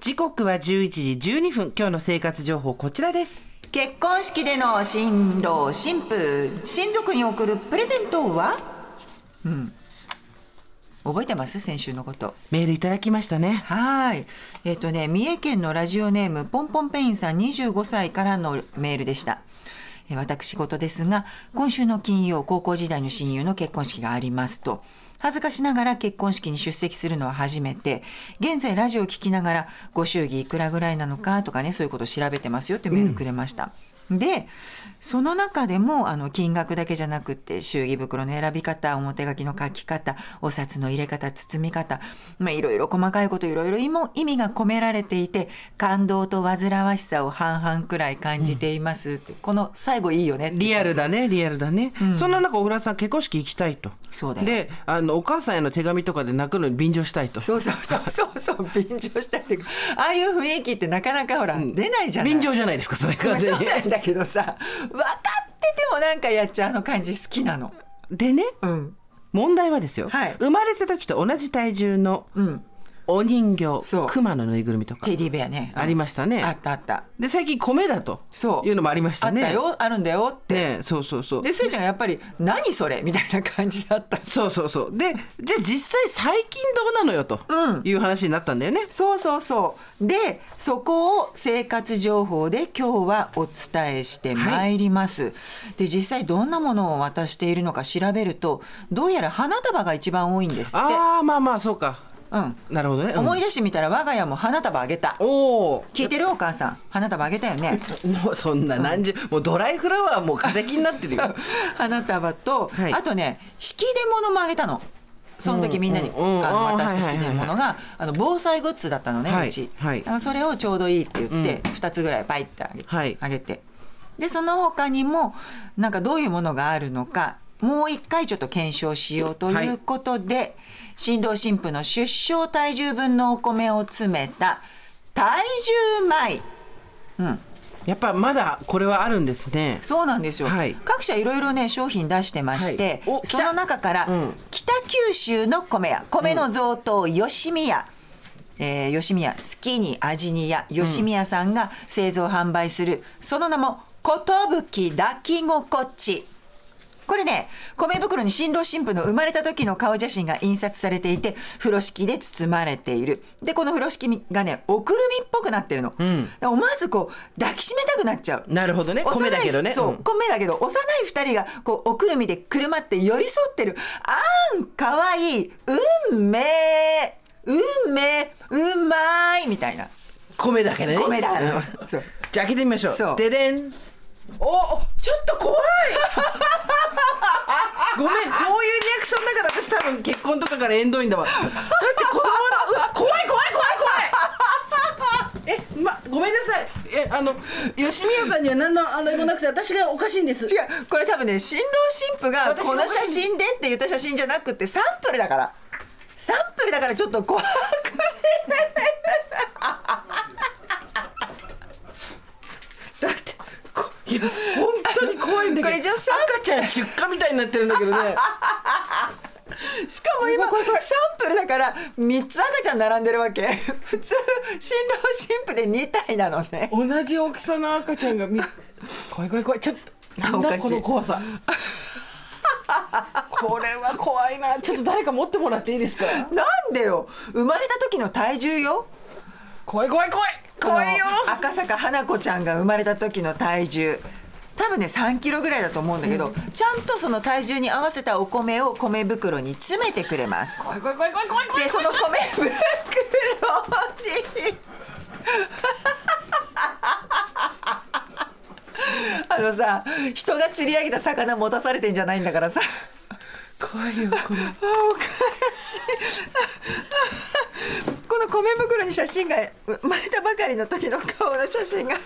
時刻は11時12分今日の生活情報こちらです結婚式での新郎新婦親族に贈るプレゼントはうん覚えてます先週のことメールいただきましたねはいえっ、とね三重県のラジオネームポンポンペインさん25歳からのメールでしたえー私事ですが今週の金曜高校時代の親友の結婚式がありますと恥ずかしながら結婚式に出席するのは初めて現在ラジオを聞きながらご祝儀いくらぐらいなのかとかねそういうことを調べてますよってメールくれました、でその中でもあの金額だけじゃなくって祝儀袋の選び方表書きの書き方お札の入れ方包み方、まあ、いろいろ細かいこといろいろ意も意味が込められていて感動と煩わしさを半々くらい感じていますって、この最後いいよねリアルだねリアルだね、そんな中小倉さん結婚式行きたいとそうだよであのお母さんへの手紙とかで泣くのに便乗したいとそうそうそうそうそう便乗したっていうかああいう雰囲気ってなかなかほら、出ないじゃない便乗じゃないですかそれまあ完そ全うになんだけどさ分かっててもなんかやっちゃうあの感じ好きなのでねうん問題はですよ、はい生まれた時と同じ体重のうんお人形そう熊のぬいぐるみとかテディベアねありましたねあったあったで最近米だとそういうのもありましたあっねたよあるんだよってねそうそうそうでスーちゃんがやっぱり「何それ」みたいな感じだったそうそうそうでじゃあ実際最近どうなのよとうんいう話になったんだよね、そうそうそうでそこを生活情報で今日はお伝えしてまいります、で実際どんなものを渡しているのか調べるとどうやら花束が一番多いんですってああまあまあそうかうんなるほどね、うん思い出してみたら我が家も花束あげたおお聞いてるお母さん花束あげたよねもう そんな何十、もうドライフラワーもう化石になってるよ 花束と、はいあとね引き出物もあげたのその時みんなに、うんうんうんあのあー渡した引き出物が、あの防災グッズだったのね、はいうち、はいあのそれをちょうどいいって言って、二2つぐらいバイってあげ,、はいあげてでその他にもなんかどういうものがあるのかもう一回ちょっと検証しようということで、新郎新婦の出生体重分のお米を詰めた体重米やっぱまだこれはあるんですねそうなんですよ、はい各社いろいろね商品出してまして、はいお来そたの中から、うん北九州の米屋米の贈答吉見屋、えー吉見屋好きに味に屋吉見屋さんが製造販売する、その名も「寿抱き心地」これね米袋に新郎新婦の生まれた時の顔写真が印刷されていて風呂敷で包まれているでこの風呂敷がねおくるみっぽくなってるの、んで思わずこう抱きしめたくなっちゃうなるほどね米だけどねそう、うん米だけど幼い二人がこうおくるみでくるまって寄り添ってるあんかわいい運命運命うまいみたいな米だけね米だかうんらそうじゃあ開けてみましょうそうででんおちょっと怖いごめんこういうリアクションだから私多分結婚とかから縁遠いんだわだって子供のうわ怖い怖い怖い怖いえまごめんなさいえあの吉宮さんには何のあのもなくて私がおかしいんです違うこれ多分ね新郎新婦が私この写真でって言った写真じゃなくてサンプルだからサンプルだからちょっと怖くねだってこいや本当に怖いんだけどこれ女性赤ちゃん出荷みたいになってるんだけどねしかも今サンプルだから3つ赤ちゃん並んでるわけ 普通新郎新婦で2体なのね同じ大きさの赤ちゃんがみ怖い怖い怖いちょっとなんおかだしいこの怖さ これは怖いなちょっと誰か持ってもらっていいですかなんでよ生まれた時の体重よ怖い怖い怖い怖いよこの赤坂花子ちゃんが生まれた時の体重多分ね3キロぐらいだと思うんだけど、ちゃんとその体重に合わせたお米を米袋に詰めてくれます怖い怖い怖い怖い怖い怖いでその米袋に あのさ人が釣り上げた魚持たされてんじゃないんだからさ怖いよこれあおかしいこの米袋に写真が生まれたばかりの時の顔の写真が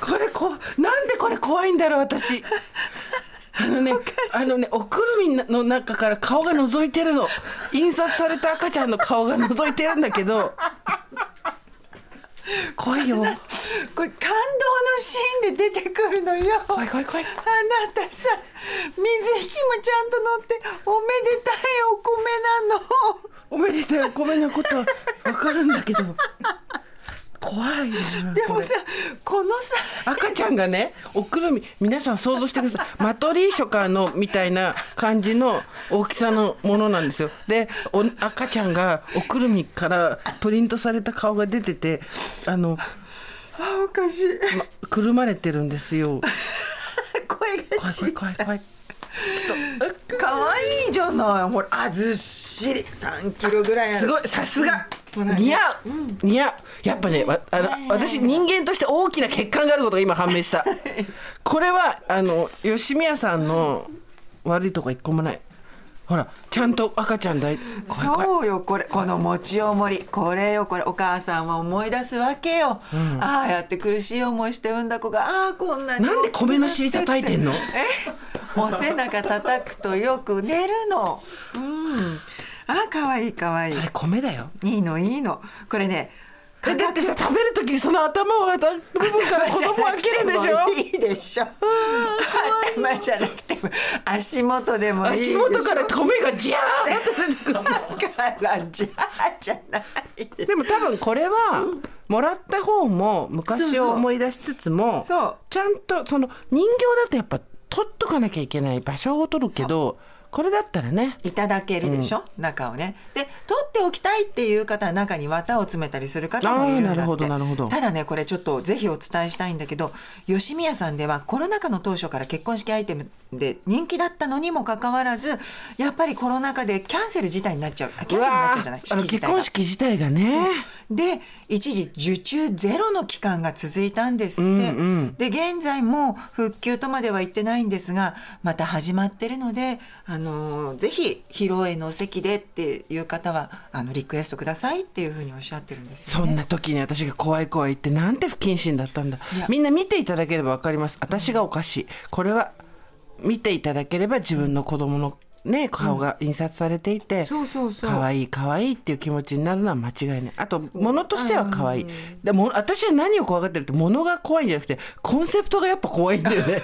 これこなんでこれ怖いんだろう私あのねあのねおくるみの中から顔が覗いてるの印刷された赤ちゃんの顔が覗いてるんだけど怖いよこれ感動のシーンで出てくるのよあ怖い怖い怖いなたさ 水引もちゃんと乗っておめでたいお米なのおめでたいお米のことはわかるんだけど 怖いなでこもれさこのさ赤ちゃんがねおくるみ皆さん想像してくださいマトリーショカのみたいな感じの大きさのものなんですよでお赤ちゃんがおくるみからプリントされた顔が出ててあのあおかしいまくるまれてるんですよ 声が怖い小怖いさ怖い怖いい可愛いじゃないほらあずっしり3キロぐらいあるすごいさすがほらね似合う、似合うやっぱねわあの私人間として大きな欠陥があることが今判明した これはあの吉宮さんの悪いとこ一個もないほらちゃんと赤ちゃんだい怖い怖いそうよこれこの持ち重りこれよこれお母さんは思い出すわけよ、ああやって苦しい思いして産んだ子がああこんなになんで米の尻叩いてんのえお背中叩くとよく寝るのうんああかわいいかわいいそれ米だよいいのいいのこれねえだってさ食べる時にその頭を頭部分から子供開けるんでしょいいでしょ頭じゃなくても足元でもいいでし足ょ元から米がジャーって出てくるだ からじゃあじゃない ででも多分これはもらった方も昔を思い出しつつもそうそうちゃんとその人形だとやっぱ取っとかなきゃいけない場所を取るけどこれだったらねいただけるでしょ、中をねで取っておきたいっていう方は中に綿を詰めたりする方もいるんだあーなってるほどなるほどただねこれちょっとぜひお伝えしたいんだけど吉宮さんではコロナ禍の当初から結婚式アイテムで人気だったのにもかかわらずやっぱりコロナ禍でキャンセル自体になっちゃうあキャンセルになっちゃうじゃないあの式自結体が婚式自体がねで一時受注ゼロの期間が続いたんですって、うんで現在も復旧とまでは言ってないんですがまた始まってるので、あのーぜひ披露宴のお席でっていう方はあのリクエストくださいっていうふうにおっしゃってるんですよそね。んな時に私が怖い怖い言ってなんて不謹慎だったんだいやみんな見ていただければ分かります私がおかしいこれは見ていただければ自分の子供のね顔が印刷されていて、そうそうそう可愛い可愛いっていう気持ちになるのは間違いないあと物としては可愛いでも私は何を怖がってるって物が怖いんじゃなくてコンセプトがやっぱ怖いんだよ ね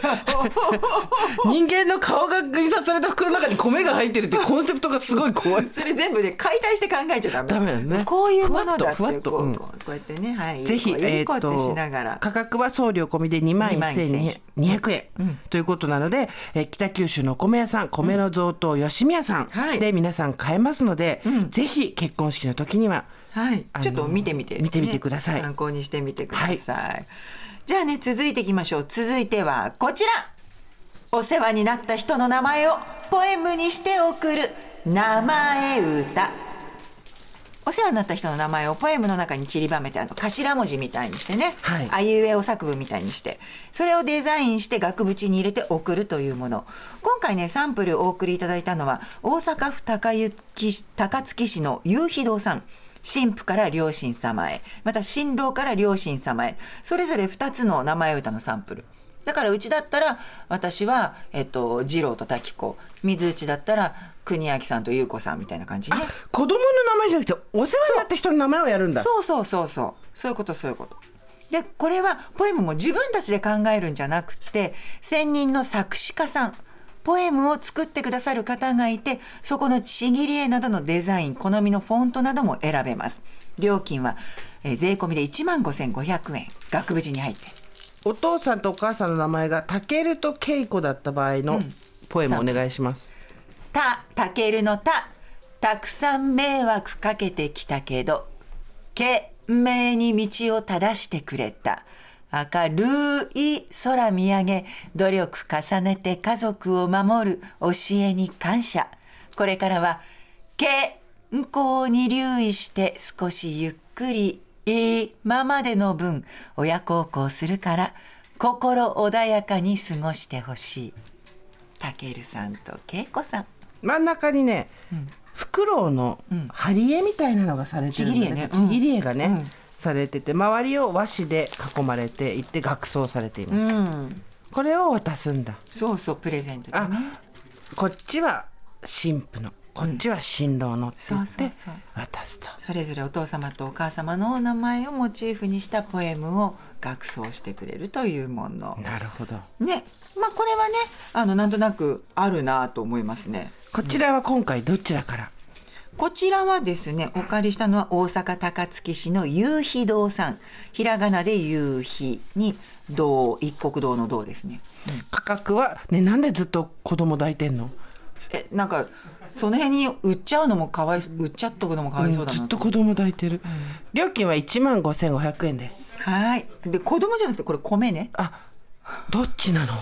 人間の顔が印刷された袋の中に米が入ってるっていうコンセプトがすごい怖いそれ全部で解体して考えちゃダメダメだねこういうものだってふわっとふわっとこううんこうこうやってねはいぜひ、いい子いい子えっーとてしながら、価格は送料込みで2万1200 200円、ということなので、えー北九州のお米屋さん米の贈答吉宮さん、はいで皆さん買えますので、ぜひ結婚式の時にははいあ、のちょっと見てみて、見てみてくださいね参考にしてみてください、じゃあね続いていきましょう続いてはこちらお世話になった人の名前をポエムにして送る名前歌お世話になった人の名前をポエムの中に散りばめてあの頭文字みたいにしてね、はいあいうえお作文みたいにしてそれをデザインして額縁に入れて送るというもの今回ねサンプルをお送りいただいたのは大阪府高雪市高槻市の夕日堂さん新婦から両親様へまた新郎から両親様へそれぞれ2つの名前歌のサンプルだからうちだったら私は、えっと、二郎と滝子水内だったら国明さんと優子さんみたいな感じね子供の名前じゃなくてお世話になった人の名前をやるんだそうそうそうそうそういうことそういうことでこれはポエムも自分たちで考えるんじゃなくて専任の作詞家さんポエムを作ってくださる方がいてそこのちぎり絵などのデザイン好みのフォントなども選べます料金は、えー税込みで1万5500円額縁に入ってお父さんとお母さんの名前がたけるとけいこだった場合のポエムお願いします、 「た」「たける」の「た」「たくさん迷惑かけてきたけど」「懸命に道を正してくれた」「明るい空見上げ」「努力重ねて家族を守る」「教えに感謝」これからは「健康に留意して少しゆっくり」今までの分親孝行するから心穏やかに過ごしてほしいたけるさんとけいこさん真ん中にね、フクロウの貼り絵みたいなのがされてるんだよちぎり絵ねうんちぎり絵がね、されてて周りを和紙で囲まれていて額装されています、うん、これを渡すんだそうそうプレゼントであ、ねこっちは新婦のこっちは新郎のって言っそうてそうそう渡すと、それぞれお父様とお母様のお名前をモチーフにしたポエムを額装してくれるというものなるほどねまあこれはねあのなんとなくあるなと思いますねこちらは今回どちらから、こちらはですね、お借りしたのは大阪高槻市の夕日堂さん。ひらがなで夕日に堂、一国堂の堂ですね。価格はねなんでずっと子供抱いてんのえ、なんか、その辺に売っちゃうのもかわい、売っちゃっとくのもかわいそうだずっなと子供抱いてる、料金は1万5500円ですはい。で、子供じゃなくてこれ米ね。あどっちなの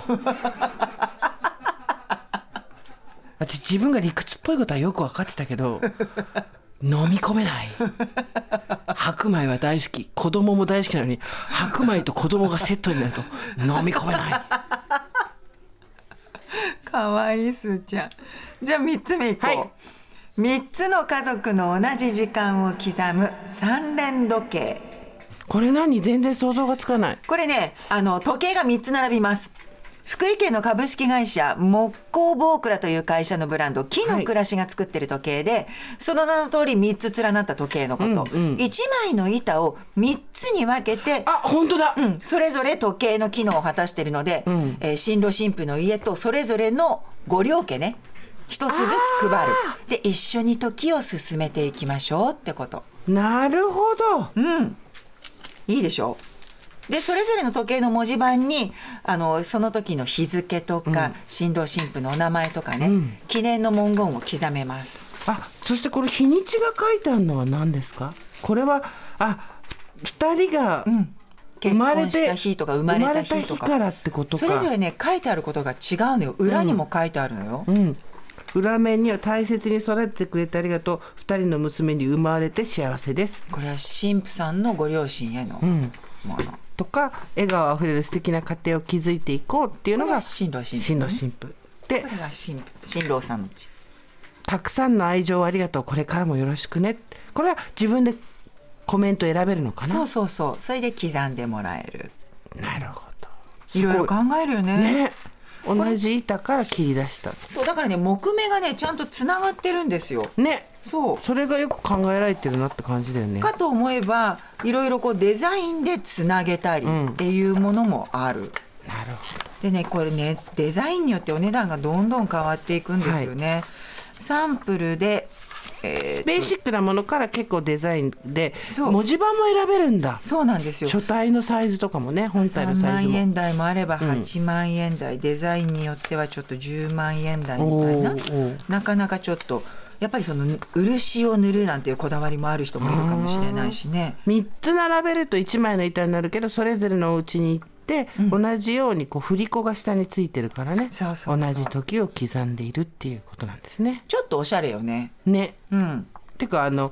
私自分が理屈っぽいことはよく分かってたけど飲み込めない白米は大好き子供も大好きなのに白米と子供がセットになると飲み込めないかわいいすーちゃんじゃあ3つ目いこう、はい3つの家族の同じ時間を刻む三連時計これ何全然想像がつかないこれねあの時計が3つ並びます福井県の株式会社木工ボークラという会社のブランド木の暮らしが作ってる時計で、その名の通り3つ連なった時計のこと、一うんうん1枚の板を3つに分けてあ本当だ、うんそれぞれ時計の機能を果たしているので、んえー新郎新婦の家とそれぞれのご両家ね一つずつ配るで一緒に時を進めていきましょうってことなるほどうんいいでしょでそれぞれの時計の文字盤にあのその時の日付とか、新郎新婦のお名前とかね、うん記念の文言を刻めますあそしてこれ日にちが書いてあるのは何ですかこれはあ二人が生結まれて婚した日とか生まれた日と生まれた日かからってことかそれぞれね書いてあることが違うのよ裏にも書いてあるのよ、うん裏面には大切に育ててくれてありがとう二人の娘に生まれて幸せですこれは神父さんのご両親へのうんもの。とか笑顔あふれる素敵な家庭を築いていこうっていうのこれがは新郎新婦新郎新婦でこれが新新郎さんの家。たくさんの愛情をありがとうこれからもよろしくねこれは自分でコメント選べるのかそなうそうそう。それで刻んでもらえる。なるほどいろいろ考えるよね。ね同じ板から切り出したそうだからね木目がねちゃんとつながってるんですよ。ねそう。それがよく考えられてるなって感じだよねかと思えばいろいろこうデザインでつなげたりっていうものもある。なるほどでねこれねデザインによってお値段がどんどん変わっていくんですよね。サンプルで、えーベーシックなものから結構デザインでそう文字盤も選べるんだそうなんですよ。書体のサイズとかもね本体のサ3イズ万も円台もあれば8万円台、デザインによってはちょっと10万円台みたいなおーおーなかなかちょっとやっぱりその漆を塗るなんていうこだわりもある人もいるかもしれないしね3つ並べると1枚の板になるけどそれぞれのお家に行って、同じようにこう振り子が下についてるからねそうそうそう同じ時を刻んでいるっていうことなんですね。ちょっとおしゃれよねねうんてかあの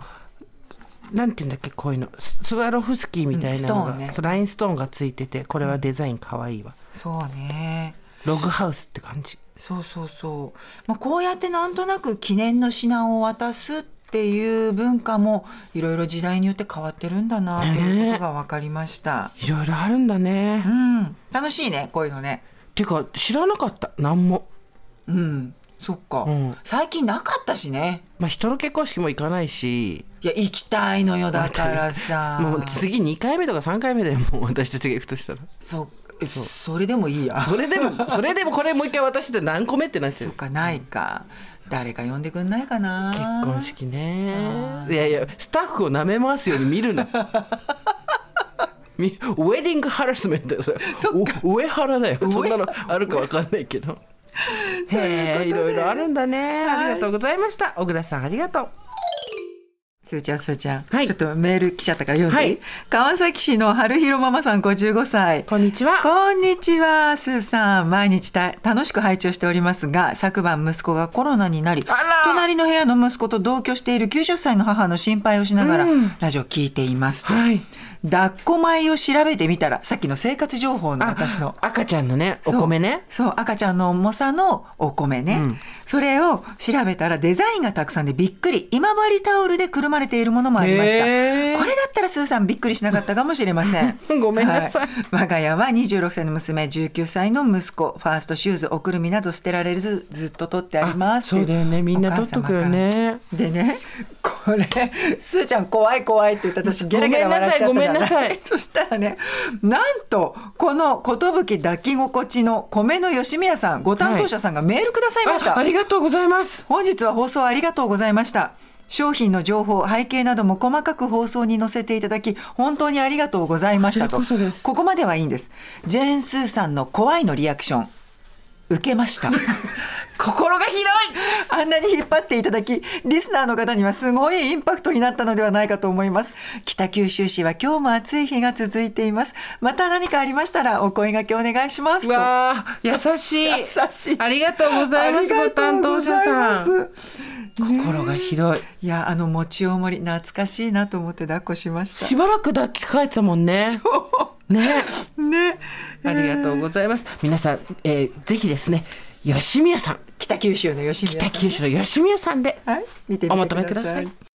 なんていうんだっけこういうのススワロフスキーみたいなのうんストーンねが、そうラインストーンがついててこれはデザインかわいいわ、そうねログハウスって感じそうそうそう、まあ、こうやってなんとなく記念の品を渡すっていう文化もいろいろ時代によって変わってるんだなということが分かりました、いろいろあるんだね、うっん楽しいねこういうのねていうか知らなかった何もうんそっか、ん最近なかったしねまあ人の結婚式も行かないしいや行きたいのよだからさもう次2回目とか3回目でもう私たちが行くとしたらそえそれでもいいやそれでも それでもこれもう一回私で何個目ってなっちゃそううかないか誰か呼んでくんないかな結婚式ねいやいやスタッフを舐めますように見 るなみウェディングハラスメントよそれそっかお上原だよそんなのあるかわかんないけ どへえいろいろあるんだねありがとうございました小倉さんありがとうすーちゃんすーちゃん、はいちょっとメール来ちゃったから読んでいい、はい川崎市の春広ママさん55歳こんにちはこんにちは、スーさん。毎日た楽しく拝聴しておりますが、昨晩息子がコロナになりあら、隣の部屋の息子と同居している90歳の母の心配をしながら、ラジオを聞いていますと。はい抱っこ米を調べてみたら、さっきの生活情報の私の。赤ちゃんのねおそう米ねそう赤ちゃんの重さのお米ね、それを調べたらデザインがたくさんでびっくり今治タオルでくるまれているものもありましたへこーれだったらスーさんびっくりしなかったかもしれません ごめんなさいは我が家は26歳の娘19歳の息子ファーストシューズおくるみなど捨てられずずっと取ってありますそうだよねみんな取っとくよねでねこれすーちゃん怖い怖いって言って私ゲラゲラ笑っちゃったじゃなごめんないさいごめんなさい そしたらねなんとこの寿抱き心地の米の吉宮さんご担当者さんがメールくださいました、あありがとうございます本日は放送ありがとうございました商品の情報、背景なども細かく放送に載せていただき、本当にありがとうございましたと。こちらこそですここまではいいんです。ジェーン・スーさんの怖いのリアクション。受け ました。心が広いあんなに引っ張っていただき、リスナーの方にはすごいインパクトになったのではないかと思います。北九州市は今日も暑い日が続いています。また何かありましたらお声掛けお願いしますうと。わあ優しい優しいありがとうございますあごりがと担う当者ございさまんす心が広いいや、あの、餅おもり、懐かしいなと思って抱っこしまししばらく抱きかえてたもんねねた。ね。ありがとうございます皆さん、えー、ぜひですね吉宮さん北九州の吉宮さ北ん。九州の吉宮さんではい。見てみてくださお求めください